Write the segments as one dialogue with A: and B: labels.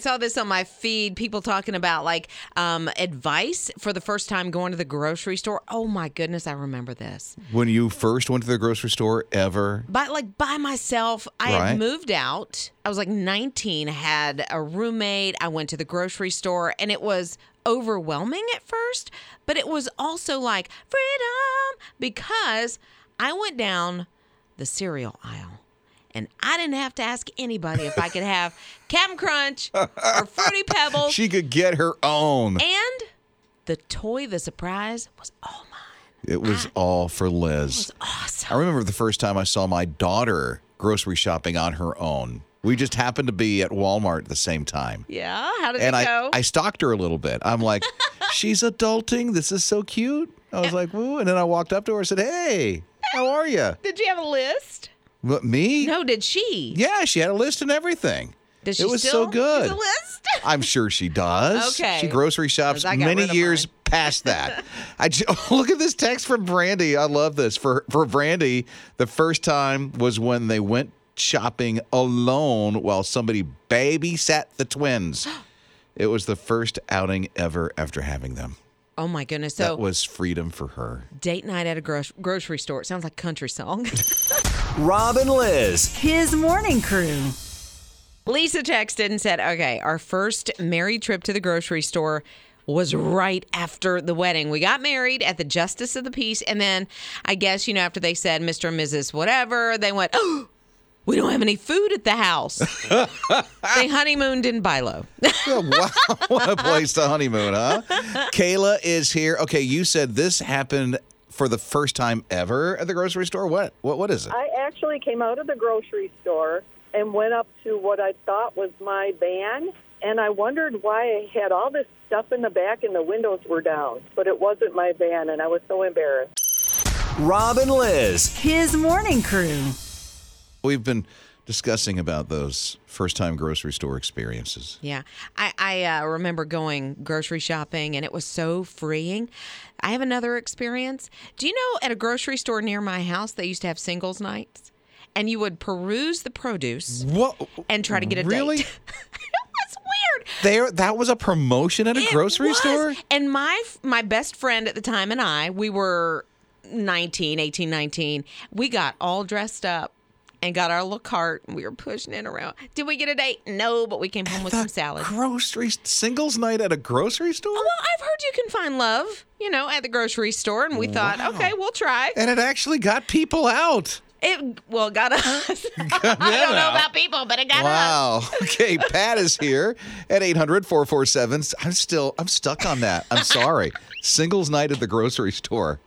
A: saw this on my feed. People talking about like um, advice for the first time going to the grocery store. Oh my goodness, I remember this.
B: When you first went to the grocery store ever,
A: But like by myself, I
B: Right.
A: had moved out. I was like 19, had a roommate. I went to the grocery store, and it was overwhelming at first, but it was also like freedom because I went down the cereal aisle. And I didn't have to ask anybody if I could have Cap'n Crunch or Fruity Pebbles.
B: she could get her own.
A: And the toy, the surprise, was all mine.
B: It was all for Liz.
A: Awesome.
B: I remember the first time I saw my daughter grocery shopping on her own. We just happened to be at Walmart at the same time.
A: Yeah. How did
B: And
A: it
B: I,
A: go?
B: I stalked her a little bit. I'm like, she's adulting. This is so cute. I was like, woo. And then I walked up to her and said, hey, how are you?
A: did you have a list?
B: What, me?
A: No, did she?
B: Yeah, she had a list and everything.
A: Does she
B: it was
A: still
B: so
A: use
B: good.
A: a list?
B: I'm sure she does.
A: Okay.
B: She grocery shops
A: 'Cause I got
B: many
A: rid of
B: years
A: mine.
B: past that. I j- look at this text from Brandy. I love this. For for Brandy, the first time was when they went shopping alone while somebody babysat the twins. it was the first outing ever after having them.
A: Oh my goodness.
B: That
A: So
B: was freedom for her.
A: date night at a gro- grocery store. It sounds like a country song.
C: Rob and Liz.
D: His morning crew.
A: Lisa texted and said, okay, our first married trip to the grocery store was right after the wedding. We got married at the Justice of the Peace. And then I guess, you know, after they said Mr. and Mrs. whatever, they went, oh, we don't have any food at the house. they honeymooned in Bilo.
B: wow, what a place to honeymoon, huh? Kayla is here. Okay, you said this happened for the first time ever at the grocery store. What? What? What is it?
E: I actually came out of the grocery store and went up to what I thought was my van, and I wondered why I had all this stuff in the back and the windows were down, but it wasn't my van, and I was so embarrassed.
C: Rob and Liz.
D: His morning crew.
B: We've been discussing about those first-time grocery store experiences.
A: Yeah. I, I uh, remember going grocery shopping and it was so freeing. I have another experience. Do you know at a grocery store near my house, they used to have singles nights and you would peruse the produce
B: What?
A: and try to get a
B: really?
A: date? It's weird.
B: There, that was a promotion at a
A: It
B: grocery
A: was.
B: store.
A: And my my best friend at the time and I, we were 19, 18, 19. We got all dressed up and got our little cart and we were pushing it around. Did we get a date? No, but we came home with
B: The
A: some salad.
B: Grocery singles night at a grocery store,
A: Well, I've heard you can find love, you know, at the grocery store, and we thought, okay, we'll try.
B: and it actually got people out.
A: It well it got us. I
B: them
A: don't know
B: out.
A: about people, but it got us.
B: Wow. Okay, Pat is here at 800-447. I'm still I'm stuck on that. I'm sorry. Singles night at the grocery store.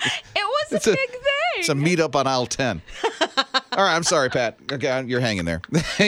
A: It was a
B: It's a-
A: big thing.
B: It's a meetup on aisle 10. All right, I'm sorry, Pat. Okay, you're hanging there.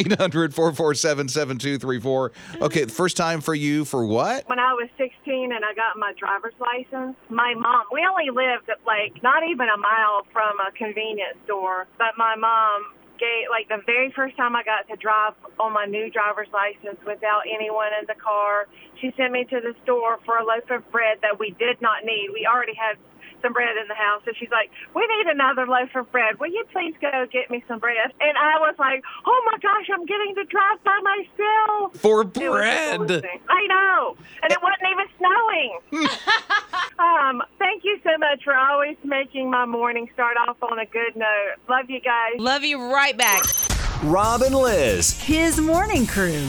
B: 800-447-7234. Okay, first time for you for what?
F: when I was 16 and I got my driver's license, my mom, we only lived like not even a mile from a convenience store, but my mom gave, like the very first time I got to drive on my new driver's license without anyone in the car, she sent me to the store for a loaf of bread that we did not need. We already had some bread in the house and she's like, we need another loaf of bread. Will you please go get me some bread? And I was like, oh my gosh, I'm getting to drive by myself.
B: For
F: It was
B: bread.
F: amazing. I know. And it wasn't even snowing. um, thank you so much for always making my morning start off on a good note. Love you guys.
A: Love you right back.
C: Rob and Liz.
D: His morning crew.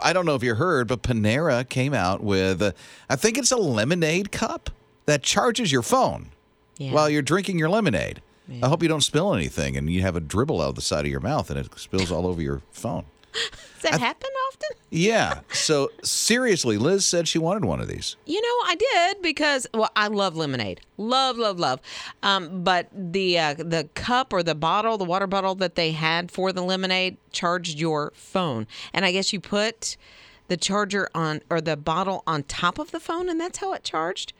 B: I don't know if you heard, but Panera came out with uh, I think it's a lemonade cup that charges your phone
A: Yeah.
B: while you're drinking your lemonade. I hope you don't spill anything and you have a dribble out of the side of your mouth and it spills all over your phone.
A: Does that happen often?
B: Yeah. So seriously, Liz said she wanted one of these.
A: You know, I did because well, I love lemonade, love, love, love. Um, but the uh, the cup or the bottle, the water bottle that they had for the lemonade charged your phone, and I guess you put the charger on or the bottle on top of the phone, and that's how it charged.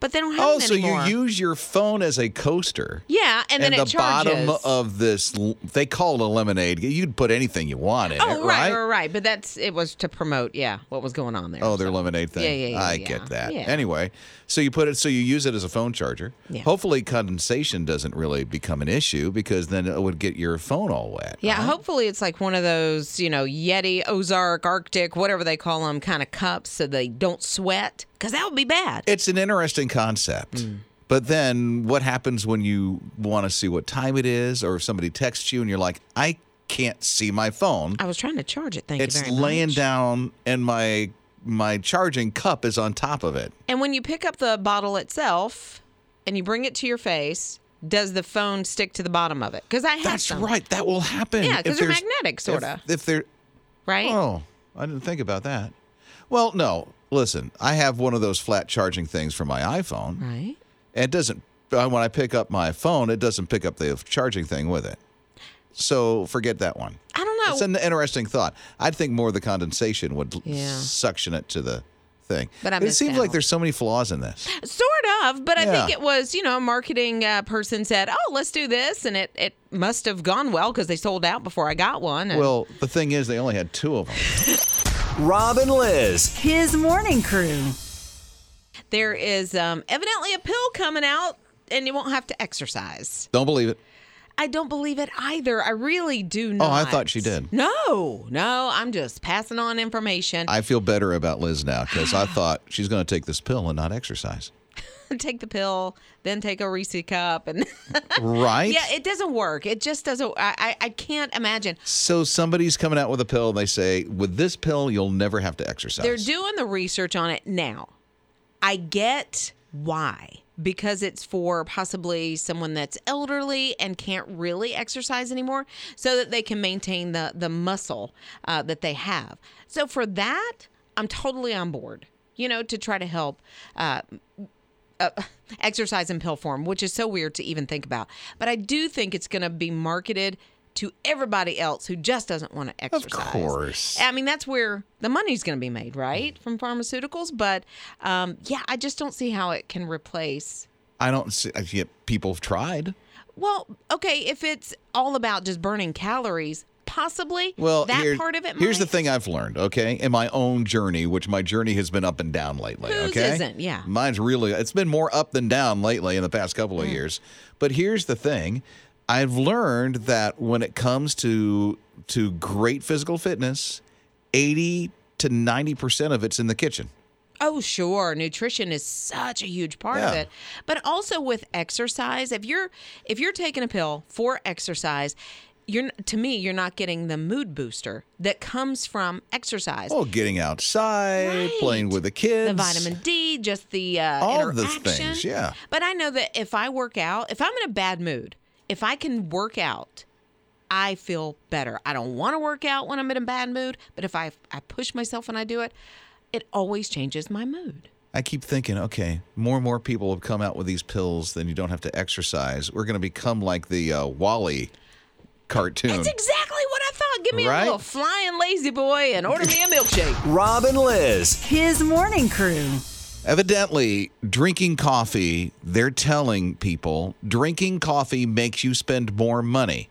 A: but they don't have
B: Oh,
A: it
B: so
A: anymore.
B: you use your phone as a coaster.
A: yeah, and then
B: and
A: it
B: the
A: charges.
B: bottom of this, l- they call it a lemonade. You could put anything you want in it,
A: oh, right,
B: right?
A: right, right. But that's it was to promote, yeah, what was going on there.
B: Oh, their lemonade thing.
A: Yeah, yeah, yeah,
B: I
A: yeah.
B: get that.
A: Yeah.
B: Anyway, so you put it, so you use it as a phone charger.
A: Yeah.
B: Hopefully, condensation doesn't really become an issue because then it would get your phone all wet.
A: Yeah, hopefully it's like one of those, you know, Yeti, Ozark, Arctic, whatever they call them, kind of cups so they don't sweat because that would be bad.
B: It's an interesting concept.
A: Mm.
B: But then what happens when you want to see what time it is or if somebody texts you and you're like, I can't see my phone?
A: I was trying to charge it. Thank you
B: It's
A: very
B: laying
A: much.
B: down and my my charging cup is on top of it.
A: And when you pick up the bottle itself and you bring it to your face, does the phone stick to the bottom of it? Because I have
B: That's
A: some,
B: right. That will happen.
A: Yeah,
B: if
A: 'cause they're
B: there's-
A: magnetic,
B: if-
A: sorta.
B: If they're
A: Right?
B: Oh, I didn't think about that. Well, no. Listen, I have one of those flat charging things for my iPhone.
A: Right.
B: And it doesn't, uh, when I pick up my phone, it doesn't pick up the charging thing with it. So forget that one.
A: I don't know.
B: It's an interesting thought. I'd think more of the condensation would l-
A: Yeah.
B: suction it to the thing.
A: But I
B: it
A: missed
B: seems like
A: out.
B: there's so many flaws in this.
A: sort of, but I think
B: Yeah.
A: it was, you know, a marketing uh, person said, oh, let's do this. And it, it must have gone well because they sold out before I got one. And-
B: Well, the thing is, they only had two of them.
C: Rob and Liz.
D: His morning crew.
A: There is um, evidently a pill coming out, and you won't have to exercise.
B: Don't believe it.
A: I don't believe it either. I really do not.
B: Oh, I thought she did.
A: No, no, I'm just passing on information.
B: I feel better about Liz now because I thought she's going to take this pill and not exercise.
A: take the pill, then take a Reese cup, and
B: Right?
A: yeah, it doesn't work. It just doesn't. I, I, I can't imagine.
B: So somebody's coming out with a pill and they say, with this pill, you'll never have to exercise.
A: They're doing the research on it now. I get why. Because it's for possibly someone that's elderly and can't really exercise anymore, so that they can maintain the the muscle uh, that they have. So for that, I'm totally on board. You know, to try to help uh, exercise in pill form, which is so weird to even think about. But I do think it's going to be marketed to everybody else who just doesn't want to exercise.
B: course.
A: I mean, that's where the money's going to be made, right? From pharmaceuticals. But um, yeah, I just don't see how it can replace.
B: I don't see, I- yeah, people have tried.
A: Well, okay, if it's all about just burning calories, possibly
B: Well,
A: that
B: here-
A: part of it
B: Here's the
A: might.
B: thing I've learned, okay, in my own journey, which my journey has been up and down lately.
A: Whose
B: okay,
A: isn't? Yeah.
B: mine's really. It's been more up than down lately in the past couple
A: Mm.
B: of years. But here's the thing, I've learned that when it comes to to great physical fitness, eighty to ninety percent of it's in the kitchen.
A: Oh, sure. Nutrition is such a huge part of
B: Yeah.
A: it. But also with exercise, if you're if you're taking a pill for exercise, you're to me, you're not getting the mood booster that comes from exercise.
B: Oh, getting outside, playing
A: Right.
B: with the kids,
A: The vitamin D, just the uh,
B: All the
A: interaction.
B: things, yeah.
A: But I know that if I work out, if I'm in a bad mood, if I can work out, I feel better. I don't want to work out when I'm in a bad mood, but if I I push myself and I do it, it always changes my mood.
B: I keep thinking, okay, more and more people have come out with these pills, then you don't have to exercise. We're going to become like the uh, Wally cartoon.
A: That's exactly what I thought. Give me
B: Right?
A: a little flying lazy boy and order me a milkshake.
C: Rob and Liz.
D: His morning crew.
B: Evidently, drinking coffee, they're telling people drinking coffee makes you spend more money.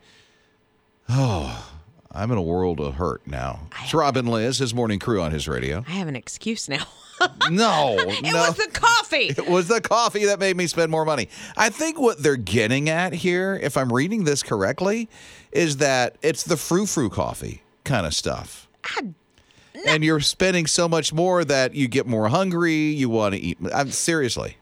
B: Oh, I'm in a world of hurt now. It's Robin Liz, his morning crew on his radio.
A: I have an excuse now.
B: No,
A: it
B: no.
A: was the coffee.
B: It was the coffee that made me spend more money. I think what they're getting at here, if I'm reading this correctly, is that it's the frou frou coffee kind of stuff. And you're spending so much more that you get more hungry, you want to eat. I'm seriously.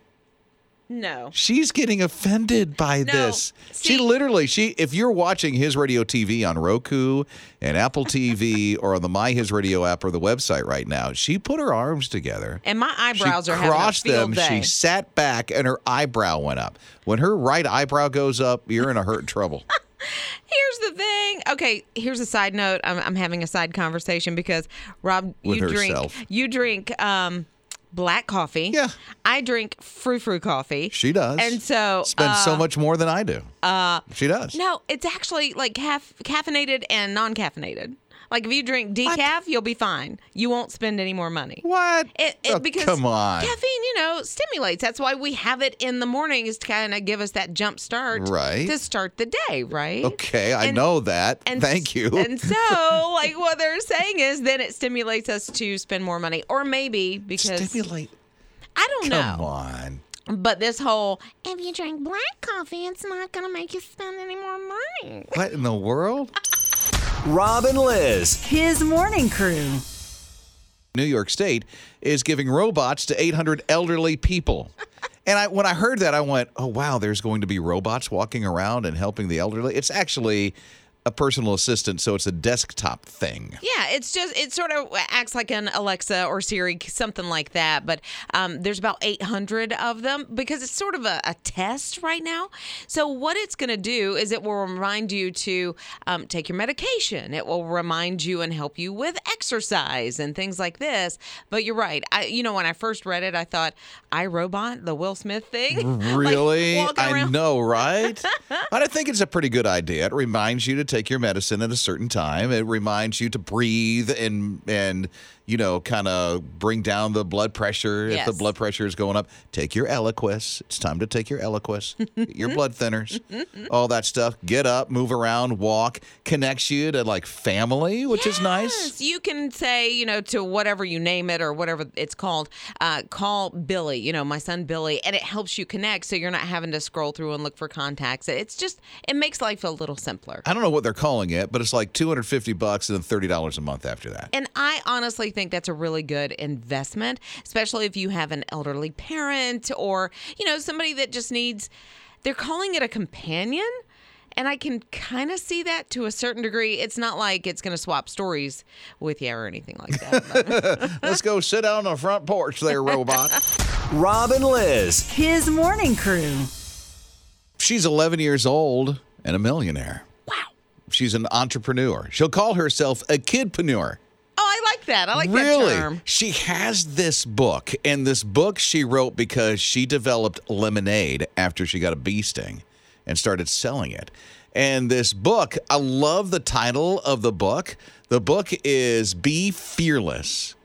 A: No.
B: She's getting offended by
A: No,
B: this.
A: see-
B: she literally, she if you're watching his radio TV on Roku and Apple TV or on the My His Radio app or the website right now, she put her arms together
A: And my eyebrows
B: she
A: are having a
B: crossed
A: field
B: them.
A: day.
B: She sat back, and her eyebrow went up. When her right eyebrow goes up, you're in a hurt trouble.
A: Here's the thing. Okay, here's a side note. I'm, I'm having a side conversation because Rob,
B: With
A: you
B: herself.
A: drink, you drink um, black coffee.
B: Yeah.
A: I drink frou frou coffee.
B: She does,
A: And so,
B: spends so much more than I do. Uh, she does.
A: No, it's actually like caf- caffeinated and non caffeinated. Like if you drink decaf, you'll be fine. You won't spend any more money.
B: What?
A: It, it,
B: Oh,
A: because
B: come on.
A: caffeine, you know, stimulates. That's why we have it in the morning is to kind of give us that jump start,
B: Right.
A: To start the day, right?
B: Okay, I
A: And-
B: know that.
A: And
B: Thank you.
A: And so, like what they're saying is, then it stimulates us to spend more money, or maybe because
B: Stimulate.
A: I don't
B: Come
A: know.
B: on.
A: But this whole if you drink black coffee, it's not gonna make you spend any more money.
B: What in the world?
C: Rob and Liz.
D: His morning crew.
B: New York State is giving robots to 800 elderly people. And I, when I heard that, I went, "Oh wow, there's going to be robots walking around and helping the elderly." It's actually a personal assistant, so it's a desktop thing.
A: Yeah, it's just it sort of acts like an Alexa or Siri, something like that. But um, there's about 800 of them because it's sort of a, a test right now. So what it's going to do is it will remind you to um, take your medication. It will remind you and help you with exercise and things like this. But you're right. I, you know, when I first read it, I thought I Robot, the Will Smith thing. Like,
B: Really?
A: walking
B: I
A: around-
B: know, right? but I think it's a pretty good idea. It reminds you to take your medicine at a certain time. It reminds you to breathe and and you know, kind of bring down the blood pressure. If the
A: Yes.
B: blood pressure is going up, take your Eliquis. It's time to take your Eliquis, your blood thinners, all that stuff. Get up, move around, walk. Connects you to like family, which is nice.
A: Yes, you can say, you know, to whatever you name it or whatever it's called, uh, call Billy, you know, my son Billy, and it helps you connect so you're not having to scroll through and look for contacts. It's just, it makes life a little simpler.
B: I don't know what they're calling it, but it's like 250 bucks and then $30 a month after that.
A: And I honestly think that's a really good investment, especially if you have an elderly parent or, you know, somebody that just needs, they're calling it a companion. And I can kind of see that to a certain degree. It's not like it's going to swap stories with you or anything like that. but-
B: Let's go sit down on the front porch there, robot.
C: Rob and Liz.
D: His morning crew.
B: She's 11 years old and a millionaire. Wow. She's an entrepreneur. She'll call herself a kidpreneur.
A: Oh, I like that. I like
B: really?
A: that term.
B: She has this book, and this book she wrote because she developed lemonade after she got a bee sting and started selling it. And this book, I love the title of the book. The book is Be Fearless,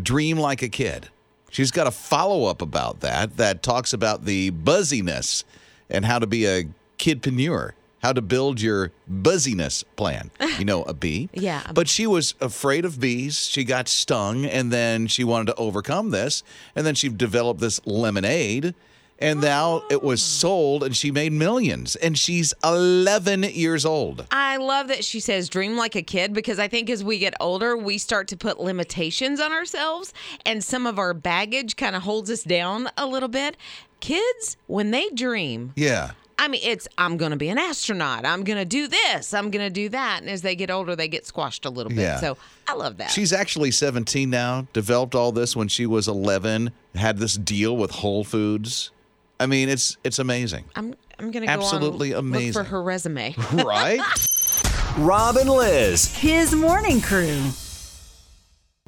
B: Dream Like a Kid. She's got a follow up about that that talks about the buzziness and how to be a kidpreneur, how to build your buzziness plan. You know, a bee.
A: Yeah.
B: But she was afraid of bees. She got stung, and then she wanted to overcome this. And then she developed this lemonade, and now it was sold, and she made millions. And she's 11 years old.
A: I love that she says dream like a kid because I think as we get older, we start to put limitations on ourselves and some of our baggage kind of holds us down a little bit. Kids, when they dream,
B: Yeah.
A: I mean, it's I'm going to be an astronaut. I'm going to do this. I'm going to do that. And as they get older, they get squashed a little bit.
B: Yeah.
A: So I love that.
B: She's actually 17 now, developed all this when she was 11, had this deal with Whole Foods. I mean, it's it's amazing.
A: I'm I'm going to go on
B: Absolutely
A: look
B: amazing.
A: for her resume.
B: Right?
C: Rob and Liz.
D: His morning crew.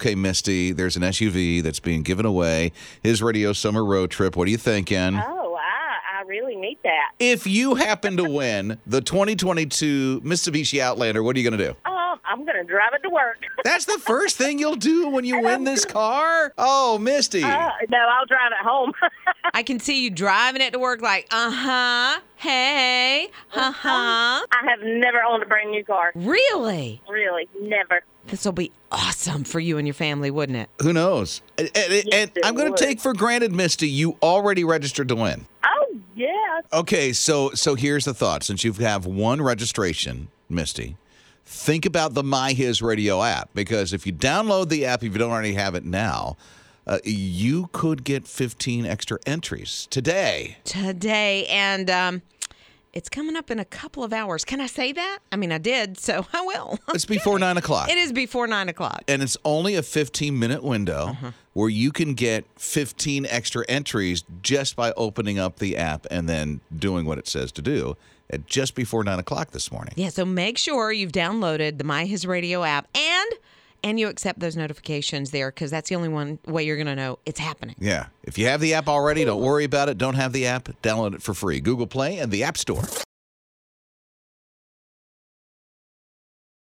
B: okay, Misty, there's an SUV that's being given away. His radio summer road trip. What are you thinking?
F: Oh, I, I really need that.
B: If you happen to win the 2022 Mitsubishi Outlander, what are you going to do?
F: Um, I'm going to drive it to work.
B: That's the first thing you'll do when you win this car? Oh, Misty.
F: Uh, no, I'll drive it home.
A: I can see you driving it to work like, "Uh-huh. Hey. Uh-huh."
F: I have never owned a brand new car.
A: Really?
F: Really, never.
A: This will be awesome for you and your family, wouldn't it?
B: Who knows? And, and- and
F: it
B: I'm going
F: would.
B: to take for granted, Misty, you already registered to win.
F: Oh, yeah.
B: Okay, so so here's the thought. Since you have one registration, Misty, think about the My His Radio app because if you download the app, if you don't already have it now, uh, you could get 15 extra entries today.
A: Today and um it's coming up in a couple of hours. Can I say that? I mean, I did, so I will.
B: It's before nine o'clock.
A: it is before nine o'clock.
B: and it's only a 15 minute window where you can get 15 extra entries just by opening up the app and then doing what it says to do at just before nine o'clock this morning.
A: Yeah, so make sure you've downloaded the My His Radio app and and you accept those notifications there because that's the only one way you're going to know it's happening.
B: Yeah. If you have the app already, don't worry about it. Don't have the app, download it for free. Google Play and the App Store.